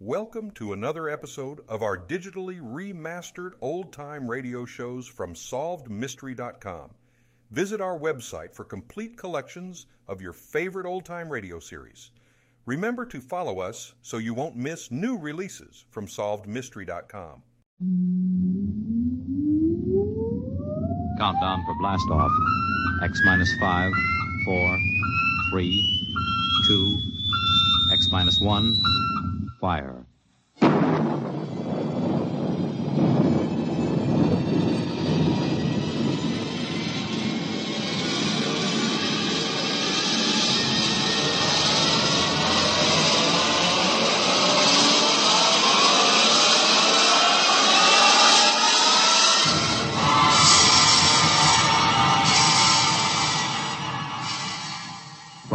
Welcome to another episode of our digitally remastered old time radio shows from SolvedMystery.com. Visit our website for complete collections of your favorite old time radio series. Remember to follow us so you won't miss new releases from SolvedMystery.com. Countdown for blast off. X minus five, four, three, two, X minus one. Fire.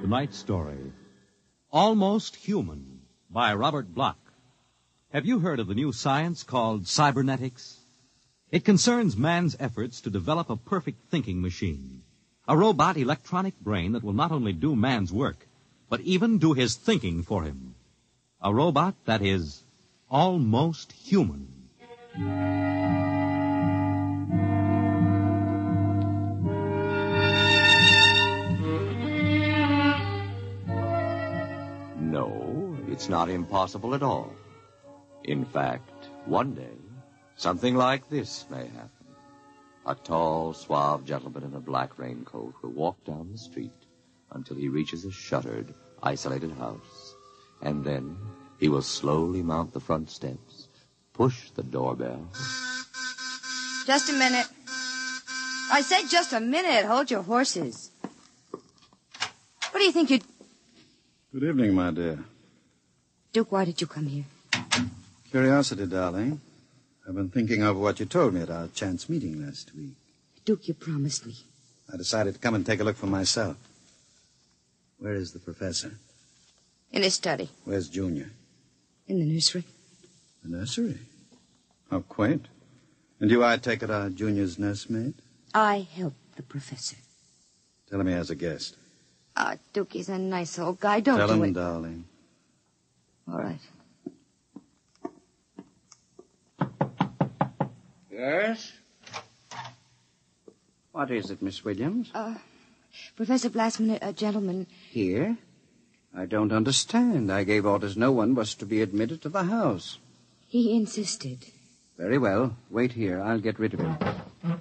Tonight's story Almost Human by Robert Block. Have you heard of the new science called cybernetics? It concerns man's efforts to develop a perfect thinking machine, a robot electronic brain that will not only do man's work, but even do his thinking for him. A robot that is almost human. No, it's not impossible at all. In fact, one day, something like this may happen. A tall, suave gentleman in a black raincoat will walk down the street until he reaches a shuttered, isolated house. And then he will slowly mount the front steps, push the doorbell. Just a minute. I said just a minute. Hold your horses. What do you think you... Good evening, my dear. Duke, why did you come here? Curiosity, darling. I've been thinking over what you told me at our chance meeting last week. Duke, you promised me. I decided to come and take a look for myself. Where is the professor? In his study. Where's Junior? In the nursery. The nursery. How quaint. And you, I take it, are Junior's nursemaid? I helped the professor. Tell him he has a guest. Ah, Duke, he's a nice old guy. Don't Tell do him, it. darling. All right. Yes? What is it, Miss Williams? Uh, Professor Blastman, a gentleman. Here? I don't understand. I gave orders no one was to be admitted to the house. He insisted. Very well. Wait here. I'll get rid of him.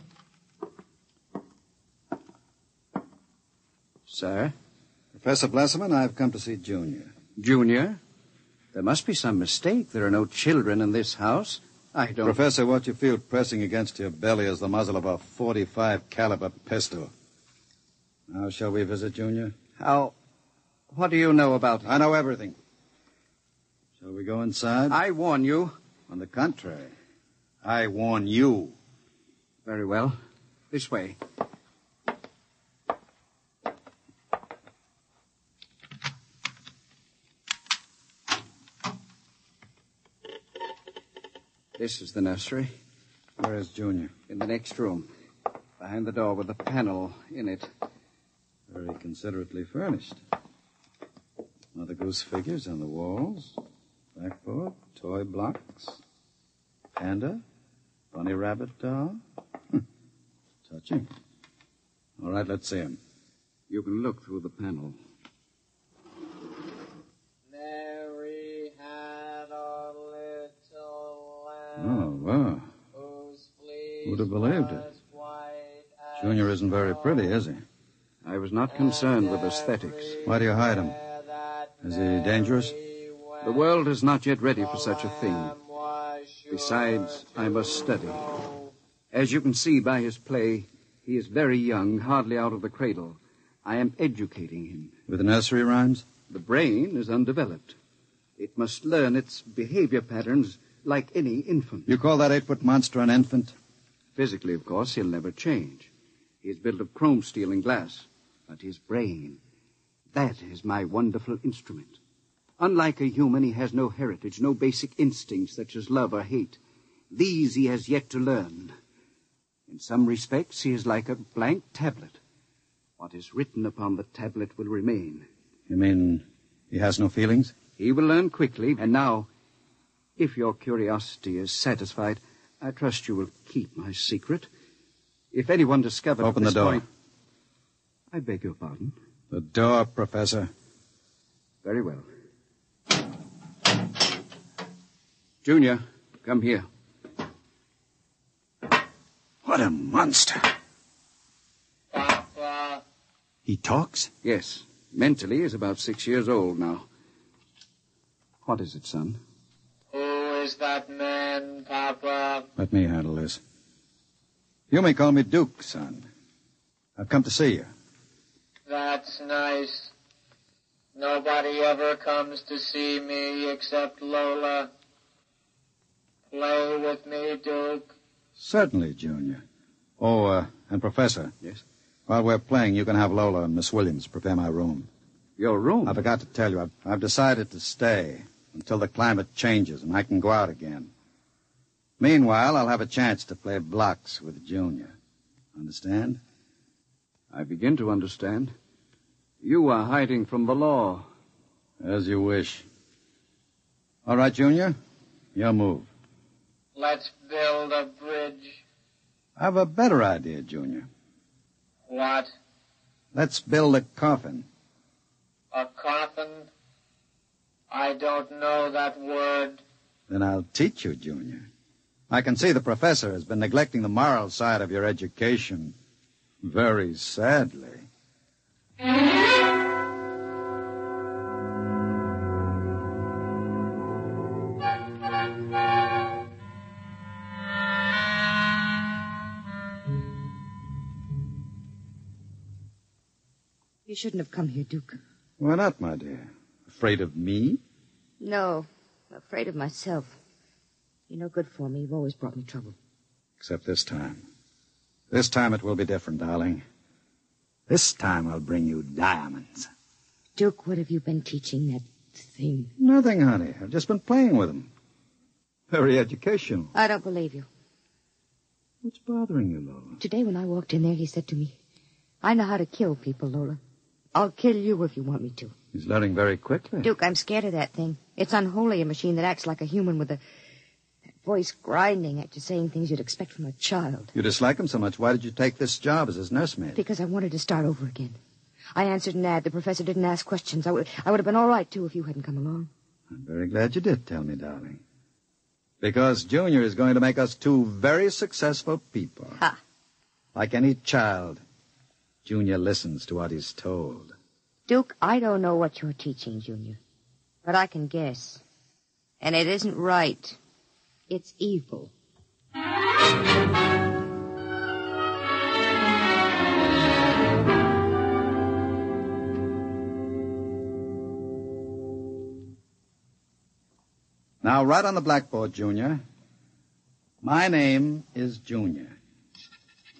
Sir? Professor Blasserman, I've come to see Junior. Junior? There must be some mistake. There are no children in this house. I don't. Professor, what you feel pressing against your belly is the muzzle of a 45 caliber pistol. Now, shall we visit Junior? How. What do you know about it? I know everything. Shall we go inside? I warn you. On the contrary, I warn you. Very well. This way. This is the nursery. Where is Junior? In the next room. Behind the door with a panel in it. Very considerately furnished. Mother Goose figures on the walls, blackboard, toy blocks, panda, bunny rabbit doll. Hmm. Touching. All right, let's see him. You can look through the panel. Mary had a little lamb Oh, wow. whose fleece Who'd have believed it? was white as Junior isn't very pretty, is he? I was not concerned with aesthetics. Why do you hide him? Is he dangerous? The world is not yet ready for such a thing. Besides, I must study. As you can see by his play, he is very young, hardly out of the cradle. I am educating him. With nursery rhymes? The brain is undeveloped. It must learn its behavior patterns like any infant. You call that eight foot monster an infant? Physically, of course, he'll never change. He's built of chrome steel and glass. But his brain, that is my wonderful instrument. Unlike a human, he has no heritage, no basic instincts such as love or hate. These he has yet to learn. In some respects, he is like a blank tablet. What is written upon the tablet will remain. You mean he has no feelings? He will learn quickly, and now, if your curiosity is satisfied, I trust you will keep my secret. If anyone discovers Open the door. Point, I beg your pardon. The door, Professor. Very well. Junior, come here. What a monster. He talks? Yes, mentally is about six years old now. What is it, son? Who is that man, Papa? Let me handle this. You may call me Duke, son. I've come to see you. That's nice. Nobody ever comes to see me except Lola. Play with me, Duke. Certainly, Junior. Oh, uh, and Professor. Yes? While we're playing, you can have Lola and Miss Williams prepare my room. Your room? I forgot to tell you, I've, I've decided to stay until the climate changes and I can go out again. Meanwhile, I'll have a chance to play blocks with Junior. Understand? I begin to understand. You are hiding from the law. As you wish. All right, Junior. Your move. Let's build a bridge. I've a better idea, Junior. What? Let's build a coffin. A coffin? I don't know that word. Then I'll teach you, Junior. I can see the professor has been neglecting the moral side of your education. Very sadly. You shouldn't have come here, Duke. Why not, my dear? Afraid of me? No, I'm afraid of myself. You're no good for me. You've always brought me trouble. Except this time. This time it will be different, darling. This time I'll bring you diamonds. Duke, what have you been teaching that thing? Nothing, honey. I've just been playing with them. Very educational. I don't believe you. What's bothering you, Lola? Today, when I walked in there, he said to me, I know how to kill people, Lola. I'll kill you if you want me to. He's learning very quickly. Duke, I'm scared of that thing. It's unholy, a machine that acts like a human with a that voice grinding at you, saying things you'd expect from a child. You dislike him so much. Why did you take this job as his nursemaid? Because I wanted to start over again. I answered an ad. The professor didn't ask questions. I would, I would have been all right, too, if you hadn't come along. I'm very glad you did tell me, darling. Because Junior is going to make us two very successful people. Ha. Like any child, Junior listens to what he's told. Duke, I don't know what you're teaching, Junior, but I can guess. And it isn't right. It's evil. Now, right on the blackboard, Junior. My name is Junior.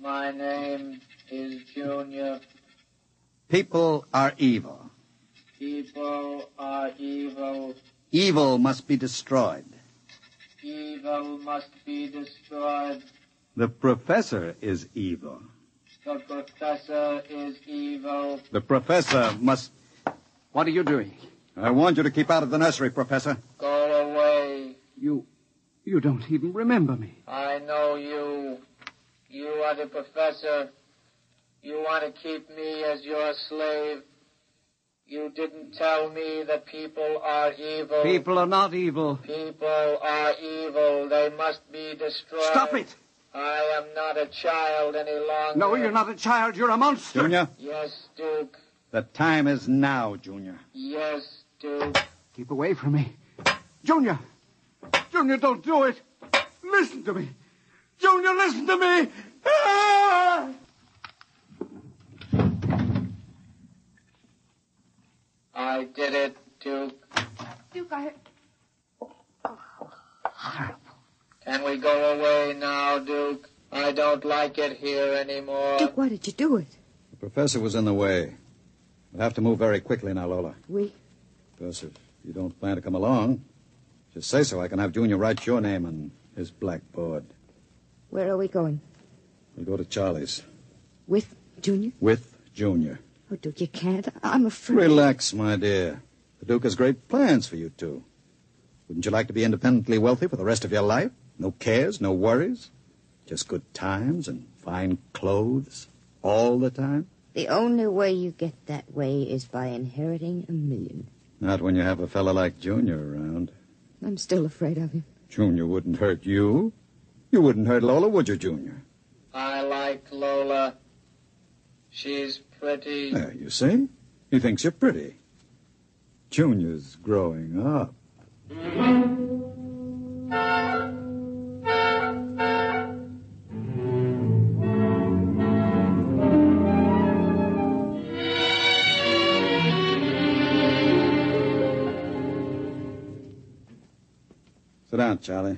My name is Junior. People are evil. People are evil. Evil must be destroyed. Evil must be destroyed. The professor is evil. The professor is evil. The professor must. What are you doing? I warned you to keep out of the nursery, Professor. Go away. You. You don't even remember me. I know you. You are the professor. You want to keep me as your slave. You didn't tell me that people are evil. People are not evil. People are evil. They must be destroyed. Stop it! I am not a child any longer. No, you're not a child. You're a monster. Junior, Yes, Duke. the time is now, Junior. Yes, Duke. Keep away from me. Junior! Junior, don't do it! Listen to me! Junior, listen to me! Ah! I did it, Duke. Duke, I heard. Can we go away now, Duke? I don't like it here anymore. Duke, why did you do it? The professor was in the way. We'll have to move very quickly now, Lola. We. Professor, if you don't plan to come along, just say so. I can have Junior write your name on his blackboard. Where are we going? We'll go to Charlie's. With Junior? With Junior. Oh, Duke, you can't. I'm afraid. Relax, my dear. The Duke has great plans for you two. Wouldn't you like to be independently wealthy for the rest of your life? No cares, no worries. Just good times and fine clothes all the time? The only way you get that way is by inheriting a million. Not when you have a fellow like Junior around. I'm still afraid of him. Junior wouldn't hurt you. You wouldn't hurt Lola, would you, Junior? I like Lola. She's pretty. There, Eh, you see? He thinks you're pretty. Junior's growing up. Sit down, Charlie.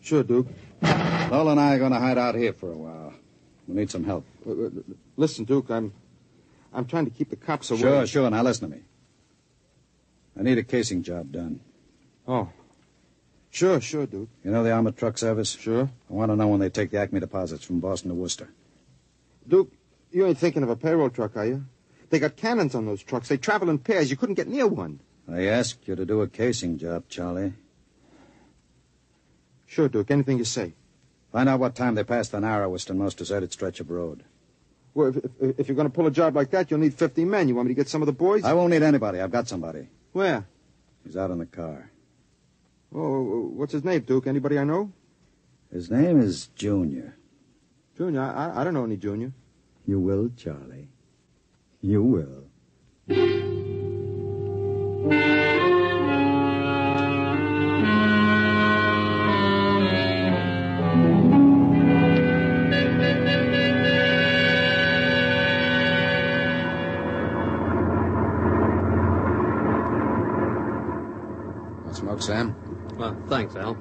Sure, Duke. Lola and I are going to hide out here for a while. We need some help. Uh, uh, Listen, Duke, I'm I'm trying to keep the cops away. Sure, sure. Now listen to me. I need a casing job done. Oh. Sure, sure, Duke. You know the armored truck service? Sure. I want to know when they take the Acme deposits from Boston to Worcester. Duke, you ain't thinking of a payroll truck, are you? They got cannons on those trucks. They travel in pairs. You couldn't get near one. I asked you to do a casing job, Charlie. Sure, Duke. Anything you say. Find out what time they passed the narrowest and most deserted stretch of road. Well, if, if, if you're going to pull a job like that, you'll need 50 men. You want me to get some of the boys? I won't need anybody. I've got somebody. Where? He's out in the car. Oh, what's his name, Duke? Anybody I know? His name is Junior. Junior? I, I don't know any Junior. You will, Charlie. You will. smoke, Sam? Well, thanks, Al.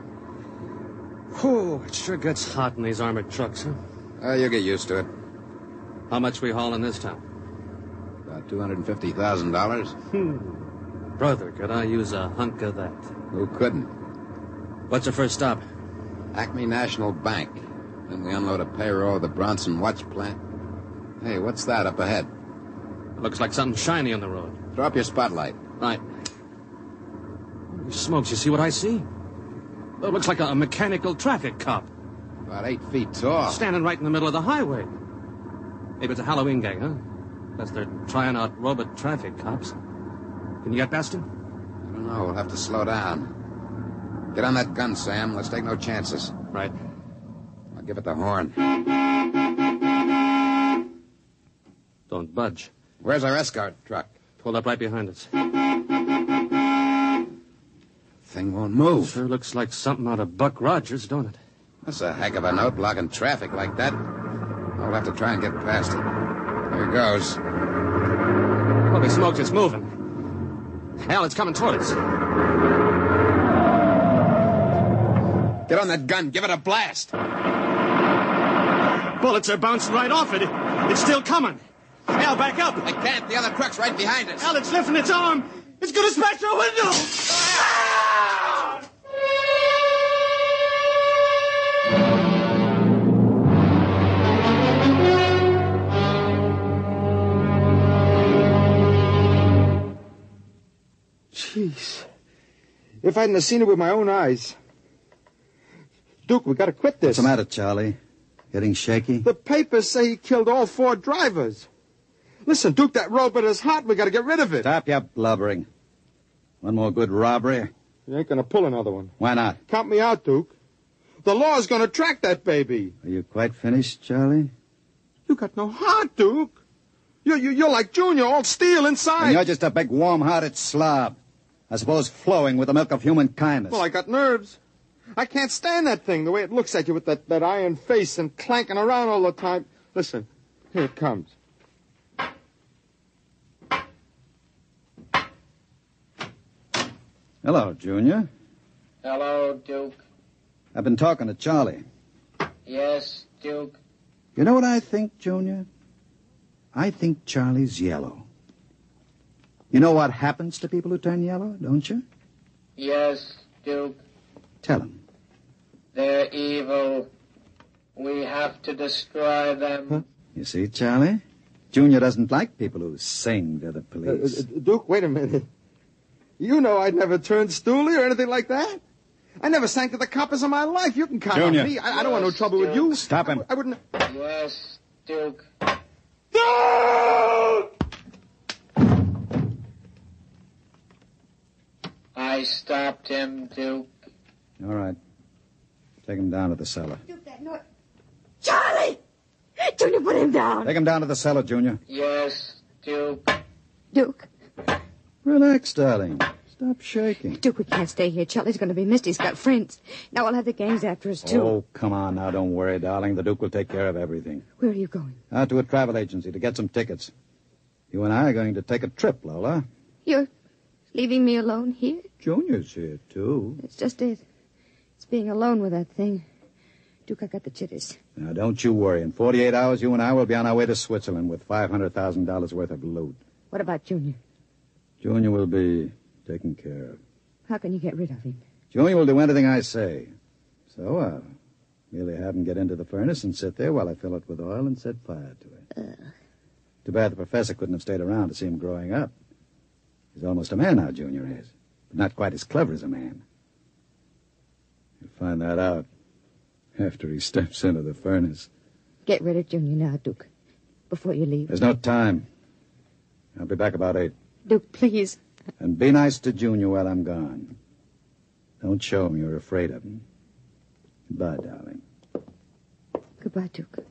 Whew, it sure gets hot in these armored trucks, huh? Oh, you'll get used to it. How much we hauling this time? About $250,000. Hmm. Brother, could I use a hunk of that? Who couldn't? What's the first stop? Acme National Bank. Then we unload a payroll at the Bronson Watch Plant. Hey, what's that up ahead? Looks like something shiny on the road. Drop your spotlight. Right. Smokes, you see what I see? Well, it looks like a, a, mechanical traffic cop. About eight feet tall. Standing right in the middle of the highway. Maybe it's a Halloween gang, huh? Unless they're trying out robot traffic cops. Can you get past him? I don't know. We'll have to slow down. Get on that gun, Sam. Let's take no chances. Right. I'll give it the horn. Don't budge. Where's our escort truck? Pulled up right behind us thing won't move. Sure looks like something out of Buck Rogers, don't it? That's a heck of a note blocking traffic like that. I'll have to try and get past it. Here goes. Holy smokes, it's moving. Al, it's coming toward us. Get on that gun. Give it a blast. Bullets are bouncing right off it. It's still coming. Al, back up. I can't. The other truck's right behind us. Al, it's lifting its arm. It's going to smash our window. Ah! Jeez. If I hadn't seen it with my own eyes. Duke, we gotta quit this. What's the matter, Charlie? Getting shaky? The papers say he killed all four drivers. Listen, Duke, that robot is hot. We gotta get rid of it. Stop your blubbering. One more good robbery. You ain't gonna pull another one. Why not? Count me out, Duke. The law's gonna track that baby. Are you quite finished, Charlie? You got no heart, Duke. You're, you're like Junior, all steel inside. And you're just a big, warm-hearted slob. I suppose flowing with the milk of human kindness. Well, I got nerves. I can't stand that thing, the way it looks at you with that, that iron face and clanking around all the time. Listen, here it comes. Hello, Junior. Hello, Duke. I've been talking to Charlie. Yes, Duke. You know what I think, Junior? I think Charlie's yellow. You know what happens to people who turn yellow, don't you? Yes, Duke. Tell him. They're evil. We have to destroy them. You see, Charlie? Junior doesn't like people who sing to the police. Uh, Duke, wait a minute. You know I'd never turned stoolie or anything like that. I never sang to the coppers in my life. You can count Junior. on me. I, I don't want no trouble with you. Stop him. I, wouldn't. Yes, Duke. I stopped him, Duke. All right. Take him down to the cellar. Charlie! Junior, put him down. Take him down to the cellar, Junior. Yes, Duke. Duke, Relax, darling. Stop shaking. Duke, we can't stay here. Charlie's going to be missed. He's got friends. Now we'll have the gangs after us, too. Oh, come on now. Don't worry, darling. The Duke will take care of everything. Where are you going? Out to a travel agency to get some tickets. You and I are going to take a trip, Lola. You're leaving me alone here? Junior's here, too. It's just it. It's being alone with that thing. Duke, I got the jitters. Now, don't you worry. In 48 hours, you and I will be on our way to Switzerland with $500,000 worth of loot. What about Junior? Junior will be taken care of. How can you get rid of him? Junior will do anything I say. So I'll merely have him get into the furnace and sit there while I fill it with oil and set fire to it. Too bad the professor couldn't have stayed around to see him growing up. He's almost a man now, Junior is. But not quite as clever as a man. You'll find that out after he steps into the furnace. Get rid of Junior now, Duke. Before you leave. There's no time. I'll be back about eight. Duke, please. And be nice to Junior while I'm gone. Don't show him you're afraid of him. Goodbye, darling. Goodbye, Duke.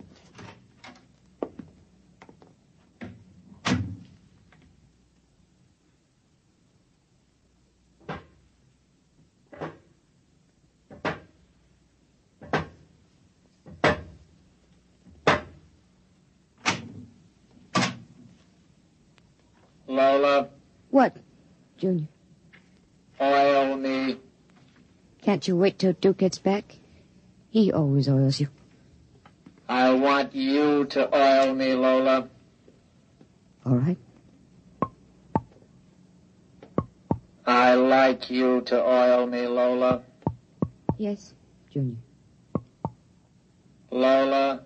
Lola, What, Junior? oil me. Can't you wait till Duke gets back? He always oils you. I want you to oil me, Lola. All right. I like you to oil me, Lola. Yes, Junior. Lola,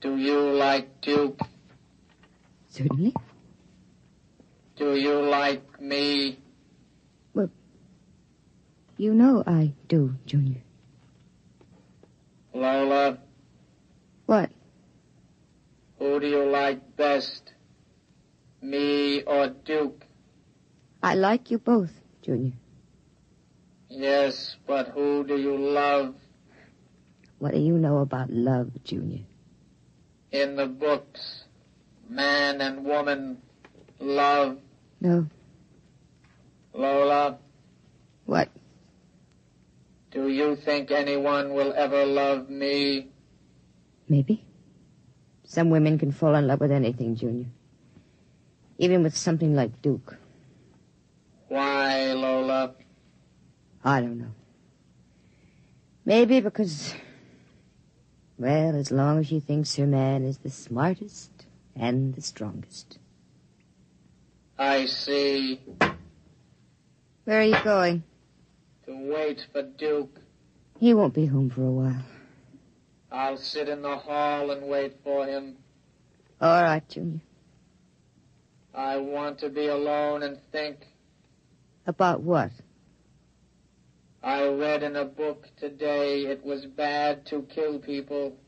do you like Duke? Certainly. Do you like me? You know I do, Junior. Lola, What? who do you like best? Me or Duke? I like you both, Junior. Yes, but who do you love What do you know about love, Junior? in the books? Man and woman, love, No. Lola. What? Do you think anyone will ever love me? Maybe. Some women can fall in love with anything, Junior. Even with something like Duke. Why, Lola? I don't know. Maybe because, well, as long as she thinks her man is the smartest and the strongest. I see. Where are you going? To wait for Duke. He won't be home for a while. I'll sit in the hall and wait for him. All right, Junior. I want to be alone and think. About what? I read in a book today it was bad to kill people.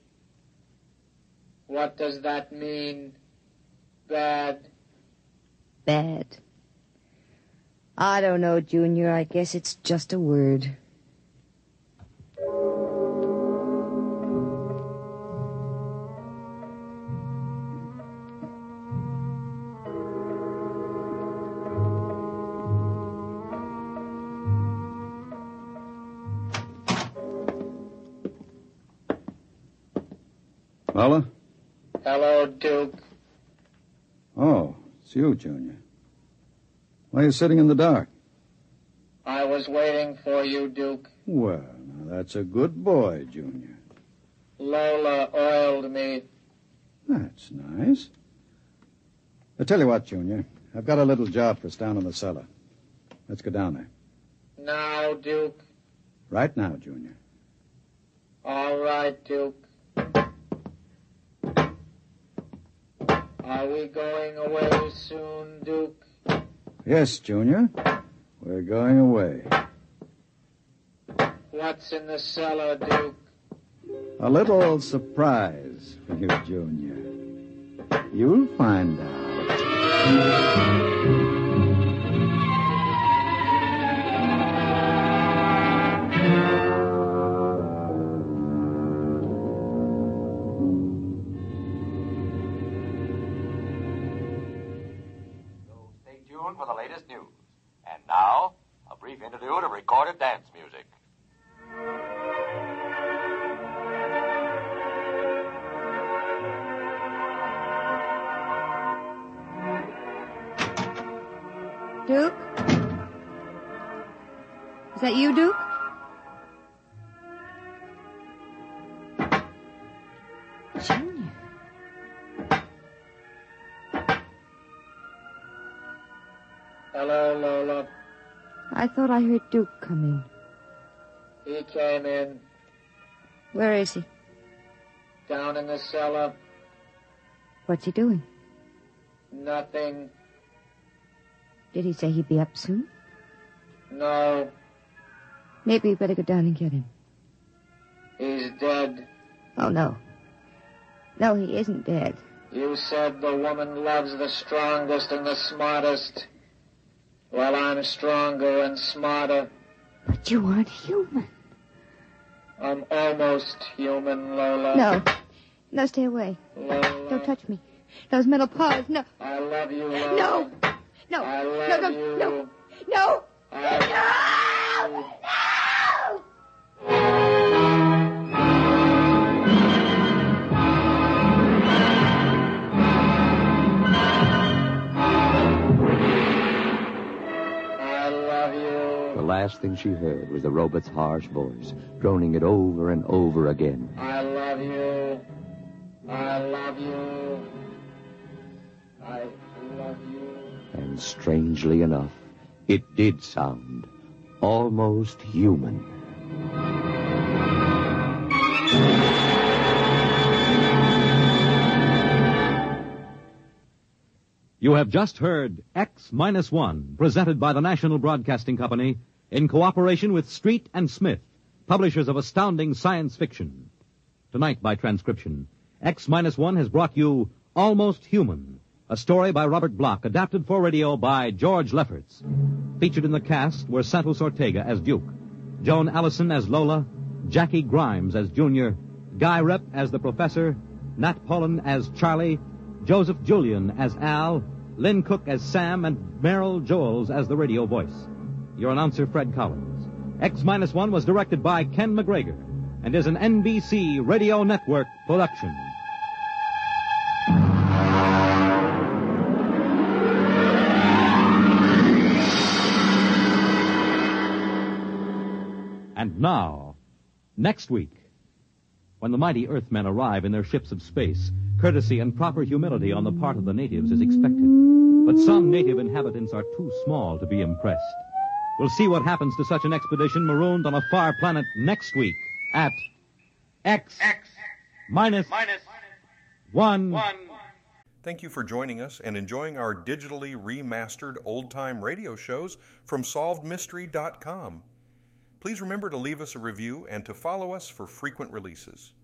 What does that mean? Bad. Bad. I don't know, Junior. I guess it's just a word. Lola? Hello, Duke. Oh, it's you, Junior. Why are you sitting in the dark? was waiting for you, Duke. Well, now that's a good boy, Junior. Lola oiled me. That's nice. I tell you what, Junior, I've got a little job for us down in the cellar. Let's go down there. Now, Duke. Right now, Junior. All right, Duke. Are we going away soon, Duke? Yes, Junior. We're going away. What's in the cellar, Duke? A little surprise for you, Junior. You'll find out. Stay tuned for the latest news. And now, a brief interlude of recorded dance music. Duke? Is that you, Duke? Junior. Hello, Lola. I thought I heard Duke come in. He came in Where is he? down in the cellar. What's he doing? Nothing. Did he say he'd be up soon? No. Maybe we better go down and get him. He's dead. Oh, no. No, he isn't dead. You said the woman loves the strongest and the smartest. Well, I'm stronger and smarter. But you aren't human. I'm almost human, Lola. No. No, stay away. Lola. Don't touch me. Those metal paws, no. I love you, Lola. No. No. I No, love no, you. no. No. No! No! The last thing she heard was the robot's harsh voice, droning it over and over again. I love you. I love you. I love you. And strangely enough, it did sound almost human. You have just heard X Minus One, presented by the National Broadcasting Company in cooperation with Street and Smith, publishers of astounding science fiction. Tonight, by transcription, X Minus One has brought you Almost Human, a story by Robert Block, adapted for radio by George Lefferts. Featured in the cast were Santos Ortega as Duke, Joan Allison as Lola, Jackie Grimes as Junior, Guy Rep as the Professor, Nat Pollen as Charlie, Joseph Julian as Al, Lynn Cook as Sam, and Merrill Joels as the radio voice. Your announcer, Fred Collins. X Minus One was directed by Ken McGregor and is an NBC Radio Network production. And now, next week, when the mighty Earthmen arrive in their ships of space, courtesy and proper humility on the part of the natives is expected. But some native inhabitants are too small to be impressed. We'll see what happens to such an expedition marooned on a far planet next week at X, minus one. Thank you for joining us and enjoying our digitally remastered old time radio shows from SolvedMystery.com. Please remember to leave us a review and to follow us for frequent releases.